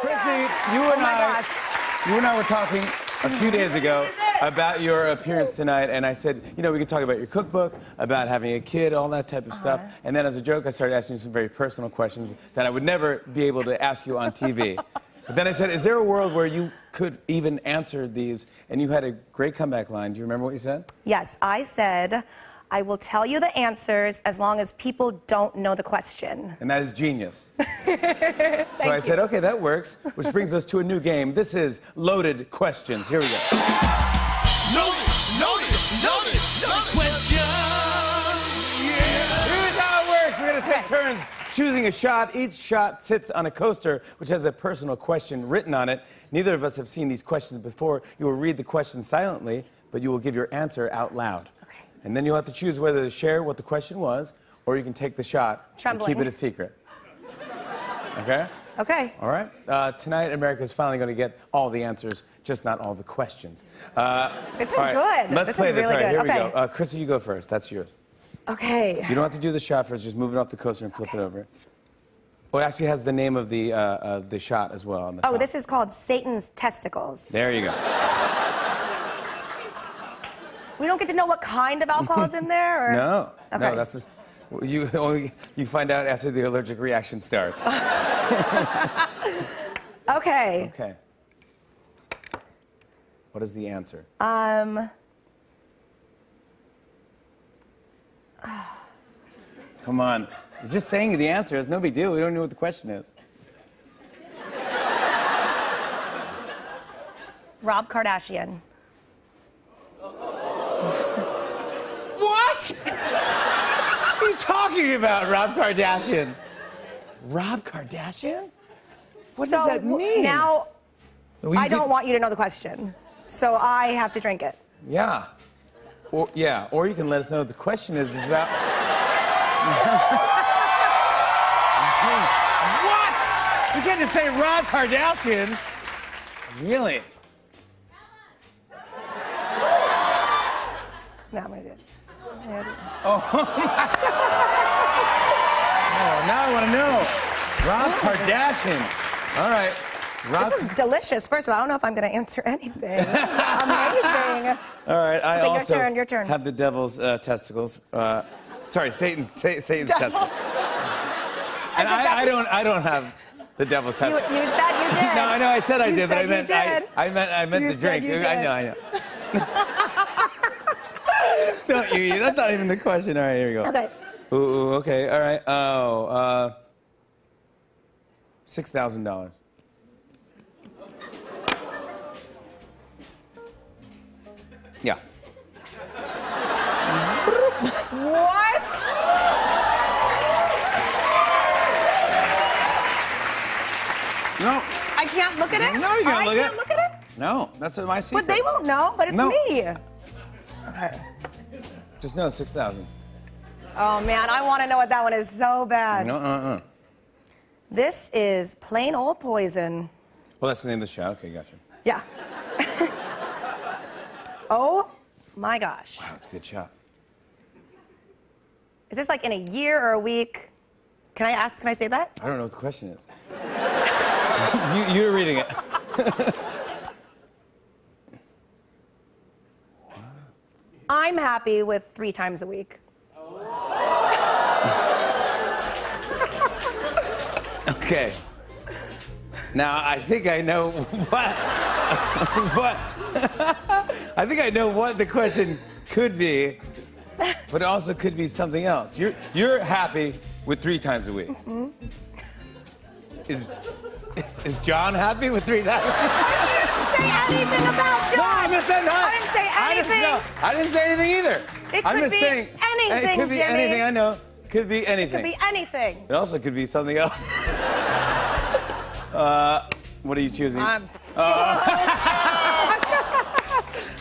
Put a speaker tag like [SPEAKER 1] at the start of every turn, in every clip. [SPEAKER 1] Chrissy, you and
[SPEAKER 2] Oh my
[SPEAKER 1] I,
[SPEAKER 2] gosh.
[SPEAKER 1] you and I were talking a few days ago about your appearance tonight, and I said, you know, we could talk about your cookbook, about having a kid, all that type of
[SPEAKER 2] Uh-huh.
[SPEAKER 1] stuff. And then, as a joke, I started asking you some very personal questions that I would never be able to ask you on TV. But then I said, is there a world where you could even answer these? And you had a great comeback line. Do you remember what you said?
[SPEAKER 2] Yes, I said, I will tell you the answers as long as people don't know the question.
[SPEAKER 1] And that is genius. so I said, okay, that works, which brings us to a new game. This is Loaded Questions. Here we go.
[SPEAKER 3] Notice, notice, notice, notice. Questions. Yeah.
[SPEAKER 1] Here's how it works. We're going to take turns choosing a shot. Each shot sits on a coaster, which has a personal question written on it. Neither of us have seen these questions before. You will read the question silently, but you will give your answer out loud.
[SPEAKER 2] Okay.
[SPEAKER 1] And then you'll have to choose whether to share what the question was, or you can take the shot
[SPEAKER 2] Trembling.
[SPEAKER 1] and keep it a secret. Okay?
[SPEAKER 2] Okay.
[SPEAKER 1] All right. Uh, tonight, America is finally going to get all the answers, just not all the questions. Uh,
[SPEAKER 2] This is
[SPEAKER 1] all right,
[SPEAKER 2] good.
[SPEAKER 1] Let's
[SPEAKER 2] this
[SPEAKER 1] play
[SPEAKER 2] is
[SPEAKER 1] this.
[SPEAKER 2] really
[SPEAKER 1] all right,
[SPEAKER 2] good.
[SPEAKER 1] here
[SPEAKER 2] okay.
[SPEAKER 1] we go. Uh, Crystal, you go first. That's yours.
[SPEAKER 2] okay.
[SPEAKER 1] You don't have to do the shot first. Just move it off the coaster and flip
[SPEAKER 2] Okay.
[SPEAKER 1] it over. Oh, it actually has the name of the uh, uh, the shot as well. On the
[SPEAKER 2] Oh,
[SPEAKER 1] top.
[SPEAKER 2] this is called Satan's testicles.
[SPEAKER 1] There you go.
[SPEAKER 2] We don't get to know what kind of alcohol is in there, or
[SPEAKER 1] No, no,
[SPEAKER 2] Okay.
[SPEAKER 1] that's just, you only you find out after the allergic reaction starts.
[SPEAKER 2] Uh, okay.
[SPEAKER 1] okay. What is the answer?
[SPEAKER 2] Um,
[SPEAKER 1] Come on. He's just saying the answer. It's no big deal. We don't know what the question is.
[SPEAKER 2] Rob Kardashian.
[SPEAKER 1] What? what are you talking about, Rob Kardashian? Rob Kardashian? What does
[SPEAKER 2] so
[SPEAKER 1] that
[SPEAKER 2] w-
[SPEAKER 1] mean?
[SPEAKER 2] Now
[SPEAKER 1] Well, you
[SPEAKER 2] I
[SPEAKER 1] could-
[SPEAKER 2] don't want you to know the question, so I have to drink it.
[SPEAKER 1] Yeah. Or, yeah, or you can let us know what the question is, is about. what? You can't just say Rob Kardashian. Really?
[SPEAKER 2] No, I'm gonna do it. I'm gonna do it.
[SPEAKER 1] Oh, now I want to know. Rob Kardashian. All right. Rob.
[SPEAKER 2] Oh. This is delicious. First of all, I don't know if I'm going to answer anything. This is amazing.
[SPEAKER 1] All right. I
[SPEAKER 2] Okay, your
[SPEAKER 1] also
[SPEAKER 2] turn, your turn.
[SPEAKER 1] have the devil's uh, testicles. Uh, sorry, Satan's sa- Satan's
[SPEAKER 2] Devil.
[SPEAKER 1] testicles. And I, I
[SPEAKER 2] As if that's-
[SPEAKER 1] don't I don't have the devil's
[SPEAKER 2] You,
[SPEAKER 1] testicles.
[SPEAKER 2] you said you did.
[SPEAKER 1] No, I know. I said I
[SPEAKER 2] You
[SPEAKER 1] did, but
[SPEAKER 2] said
[SPEAKER 1] I
[SPEAKER 2] you
[SPEAKER 1] meant
[SPEAKER 2] did.
[SPEAKER 1] I, I meant I meant
[SPEAKER 2] You
[SPEAKER 1] the
[SPEAKER 2] said
[SPEAKER 1] drink.
[SPEAKER 2] you
[SPEAKER 1] I
[SPEAKER 2] did.
[SPEAKER 1] know. I know. Don't you? eat. That's not even the question. All right, here we go.
[SPEAKER 2] Okay.
[SPEAKER 1] Ooh, ooh, okay. All right. Oh, uh, six thousand dollars. Yeah.
[SPEAKER 2] What?
[SPEAKER 1] No.
[SPEAKER 2] I can't look at it?
[SPEAKER 1] No, you can't
[SPEAKER 2] I
[SPEAKER 1] look at
[SPEAKER 2] can't
[SPEAKER 1] it.
[SPEAKER 2] look at it?
[SPEAKER 1] No. That's my secret.
[SPEAKER 2] But they won't know, but it's
[SPEAKER 1] No.
[SPEAKER 2] me. Okay.
[SPEAKER 1] Just know six thousand.
[SPEAKER 2] Oh, man, I want to know what that one is so bad.
[SPEAKER 1] No. Uh. Uh.
[SPEAKER 2] This is plain old poison.
[SPEAKER 1] Well, that's the name of the show. Okay, gotcha.
[SPEAKER 2] Yeah. oh, my gosh.
[SPEAKER 1] Wow, it's a good shot.
[SPEAKER 2] Is this like in a year or a week? Can I ask? Can I say that?
[SPEAKER 1] I don't know what the question is. you, you're reading it.
[SPEAKER 2] I'm happy with three times a week.
[SPEAKER 1] Okay. Now I think I know what, what I think I know what the question could be, but it also could be something else. You're you're happy with three times a week.
[SPEAKER 2] Mm-hmm.
[SPEAKER 1] Is is John happy with three times?
[SPEAKER 2] say anything about
[SPEAKER 1] No,
[SPEAKER 2] John.
[SPEAKER 1] I'm just saying. No,
[SPEAKER 2] I didn't say anything.
[SPEAKER 1] I didn't, no, I didn't say anything either.
[SPEAKER 2] It
[SPEAKER 1] I'm
[SPEAKER 2] could
[SPEAKER 1] just
[SPEAKER 2] be
[SPEAKER 1] saying, It
[SPEAKER 2] anything,
[SPEAKER 1] could be
[SPEAKER 2] Jimmy.
[SPEAKER 1] anything. I know. Could be anything.
[SPEAKER 2] Could be anything.
[SPEAKER 1] It also could be something else. uh, what are you choosing?
[SPEAKER 2] I'm
[SPEAKER 1] Uh,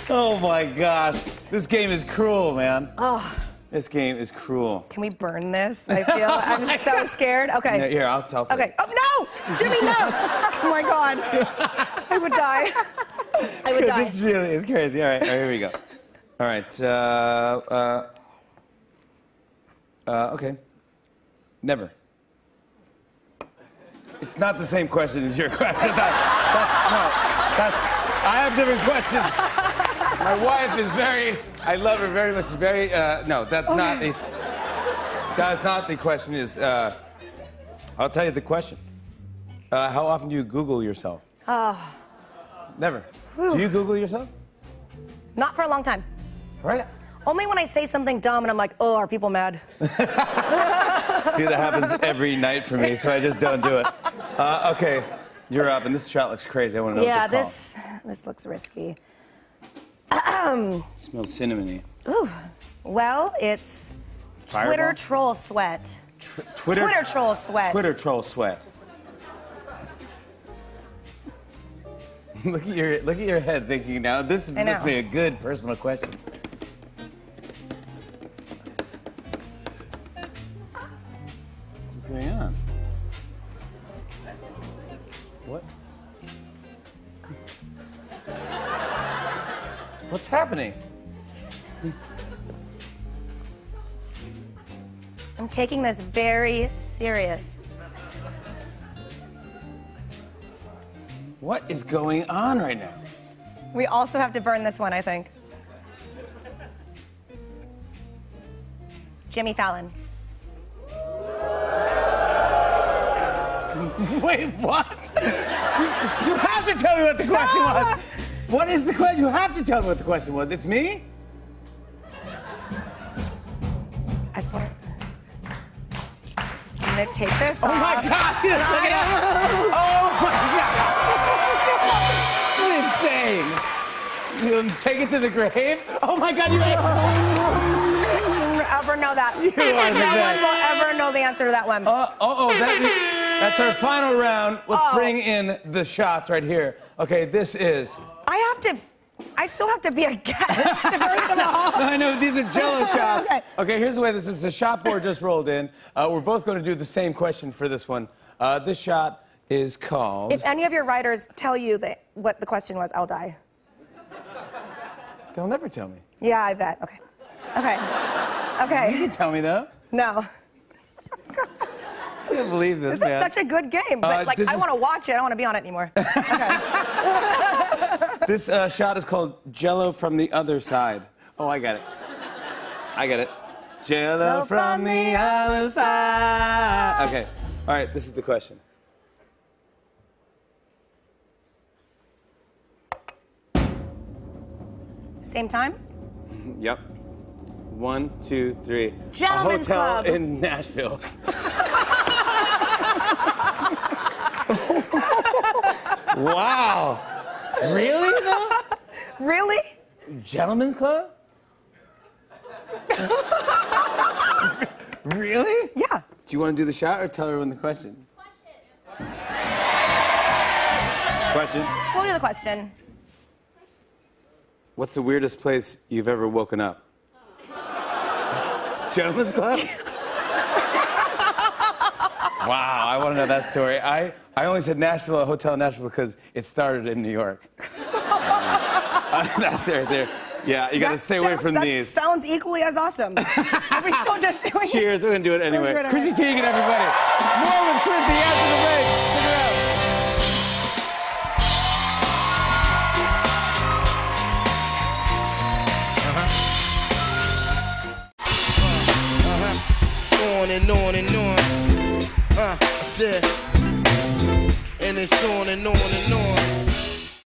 [SPEAKER 1] oh my gosh. This game is cruel, man. Oh. This game is cruel.
[SPEAKER 2] Can we burn this? I feel I'm so scared. Okay.
[SPEAKER 1] Yeah, here, I'll tell
[SPEAKER 2] Okay. Oh no, Jimmy, no! oh my God, I would die. I would die.
[SPEAKER 1] This really is crazy. All right, all right, here we go. All right. Uh, uh, uh, okay. Never. It's not the same question as your question. That- that's, no, that's, I have different questions. My wife is very, I love her very much. She's very, uh, no, that's not the, that's not the question. Is uh, I'll tell you the question. Uh, how often do you Google yourself? Ah. Never. Do you Google yourself?
[SPEAKER 2] Not for a long time.
[SPEAKER 1] Right.
[SPEAKER 2] Only when I say something dumb and I'm like, oh, are people mad?
[SPEAKER 1] Dude, that happens every night for me, so I just don't do it. Uh, okay, you're up, and this shot looks crazy. I want to know
[SPEAKER 2] yeah,
[SPEAKER 1] what this,
[SPEAKER 2] this this looks risky.
[SPEAKER 1] called. smells cinnamony.
[SPEAKER 2] Ooh. Well, it's
[SPEAKER 1] Fireball?
[SPEAKER 2] Twitter troll sweat.
[SPEAKER 1] Tr- Twitter,
[SPEAKER 2] Twitter troll sweat.
[SPEAKER 1] Twitter troll sweat. look at your look at your head thinking now. This is
[SPEAKER 2] I
[SPEAKER 1] this
[SPEAKER 2] know.
[SPEAKER 1] be a good personal question. What's going on? What? What's happening?
[SPEAKER 2] I'm taking this very serious.
[SPEAKER 1] What is going on right now?
[SPEAKER 2] We also have to burn this one, I think. Jimmy Fallon.
[SPEAKER 1] Wait, what? you, you have to tell me what the question was. What is the question? You have to tell me what the question was. It's me?
[SPEAKER 2] I just want to. I'm gonna take this
[SPEAKER 1] Oh my
[SPEAKER 2] off.
[SPEAKER 1] God! She just took it out. Oh my God! This is insane. You'll take it to the grave? Oh my God! Uh, You,
[SPEAKER 2] You'll ever know that. You
[SPEAKER 1] are the best.
[SPEAKER 2] no one will ever know the answer to that one.
[SPEAKER 1] Uh, oh, oh, that, that's our final round. Let's
[SPEAKER 2] Oh.
[SPEAKER 1] bring in the shots right here. Okay, this is.
[SPEAKER 2] I have to. I still have to be a guest. first of all.
[SPEAKER 1] I know these are jello shots.
[SPEAKER 2] Okay.
[SPEAKER 1] Okay, here's the way this is. The shot board just rolled in. Uh, we're both going to do the same question for this one. Uh, this shot is called.
[SPEAKER 2] If any of your writers tell you that what the question was, I'll die.
[SPEAKER 1] They'll never tell me.
[SPEAKER 2] Yeah, I bet. Okay. Okay.
[SPEAKER 1] You
[SPEAKER 2] Okay.
[SPEAKER 1] tell me though.
[SPEAKER 2] No.
[SPEAKER 1] I can't believe this,
[SPEAKER 2] This
[SPEAKER 1] man.
[SPEAKER 2] is such a good game, but
[SPEAKER 1] Uh,
[SPEAKER 2] like
[SPEAKER 1] this
[SPEAKER 2] I
[SPEAKER 1] is-
[SPEAKER 2] want to watch it. I don't want to be on it anymore.
[SPEAKER 1] This uh, shot is called Jello from the other side. Oh, I got it. I got it. Jello
[SPEAKER 2] Jello from
[SPEAKER 1] from the
[SPEAKER 2] the
[SPEAKER 1] other side. Okay. All right. This is the question.
[SPEAKER 2] Same time.
[SPEAKER 1] Yep. One, two, three. a
[SPEAKER 2] Gentlemen's
[SPEAKER 1] hotel
[SPEAKER 2] club.
[SPEAKER 1] in Nashville. wow. Really though?
[SPEAKER 2] Really?
[SPEAKER 1] Gentlemen's club? really?
[SPEAKER 2] Yeah.
[SPEAKER 1] Do you want to do the shot or tell everyone the question? Question.
[SPEAKER 2] We'll do the question.
[SPEAKER 1] What's the weirdest place you've ever woken up? Gentlemen's Club? wow, I want to know that story. I, I only said Nashville, a hotel in Nashville, because it started in New York. Uh, that's right there. Yeah, you got to
[SPEAKER 2] That
[SPEAKER 1] stay away
[SPEAKER 2] sound-
[SPEAKER 1] from
[SPEAKER 2] that
[SPEAKER 1] these.
[SPEAKER 2] sounds equally as awesome. Are we still just doing it?
[SPEAKER 1] Cheers, we're going to do it anyway.
[SPEAKER 2] doing it
[SPEAKER 1] Chrissy Teigen, everybody. More with Chrissy after the break. Stick around.
[SPEAKER 4] on and on and on. Uh, I said, and it's on and on and on.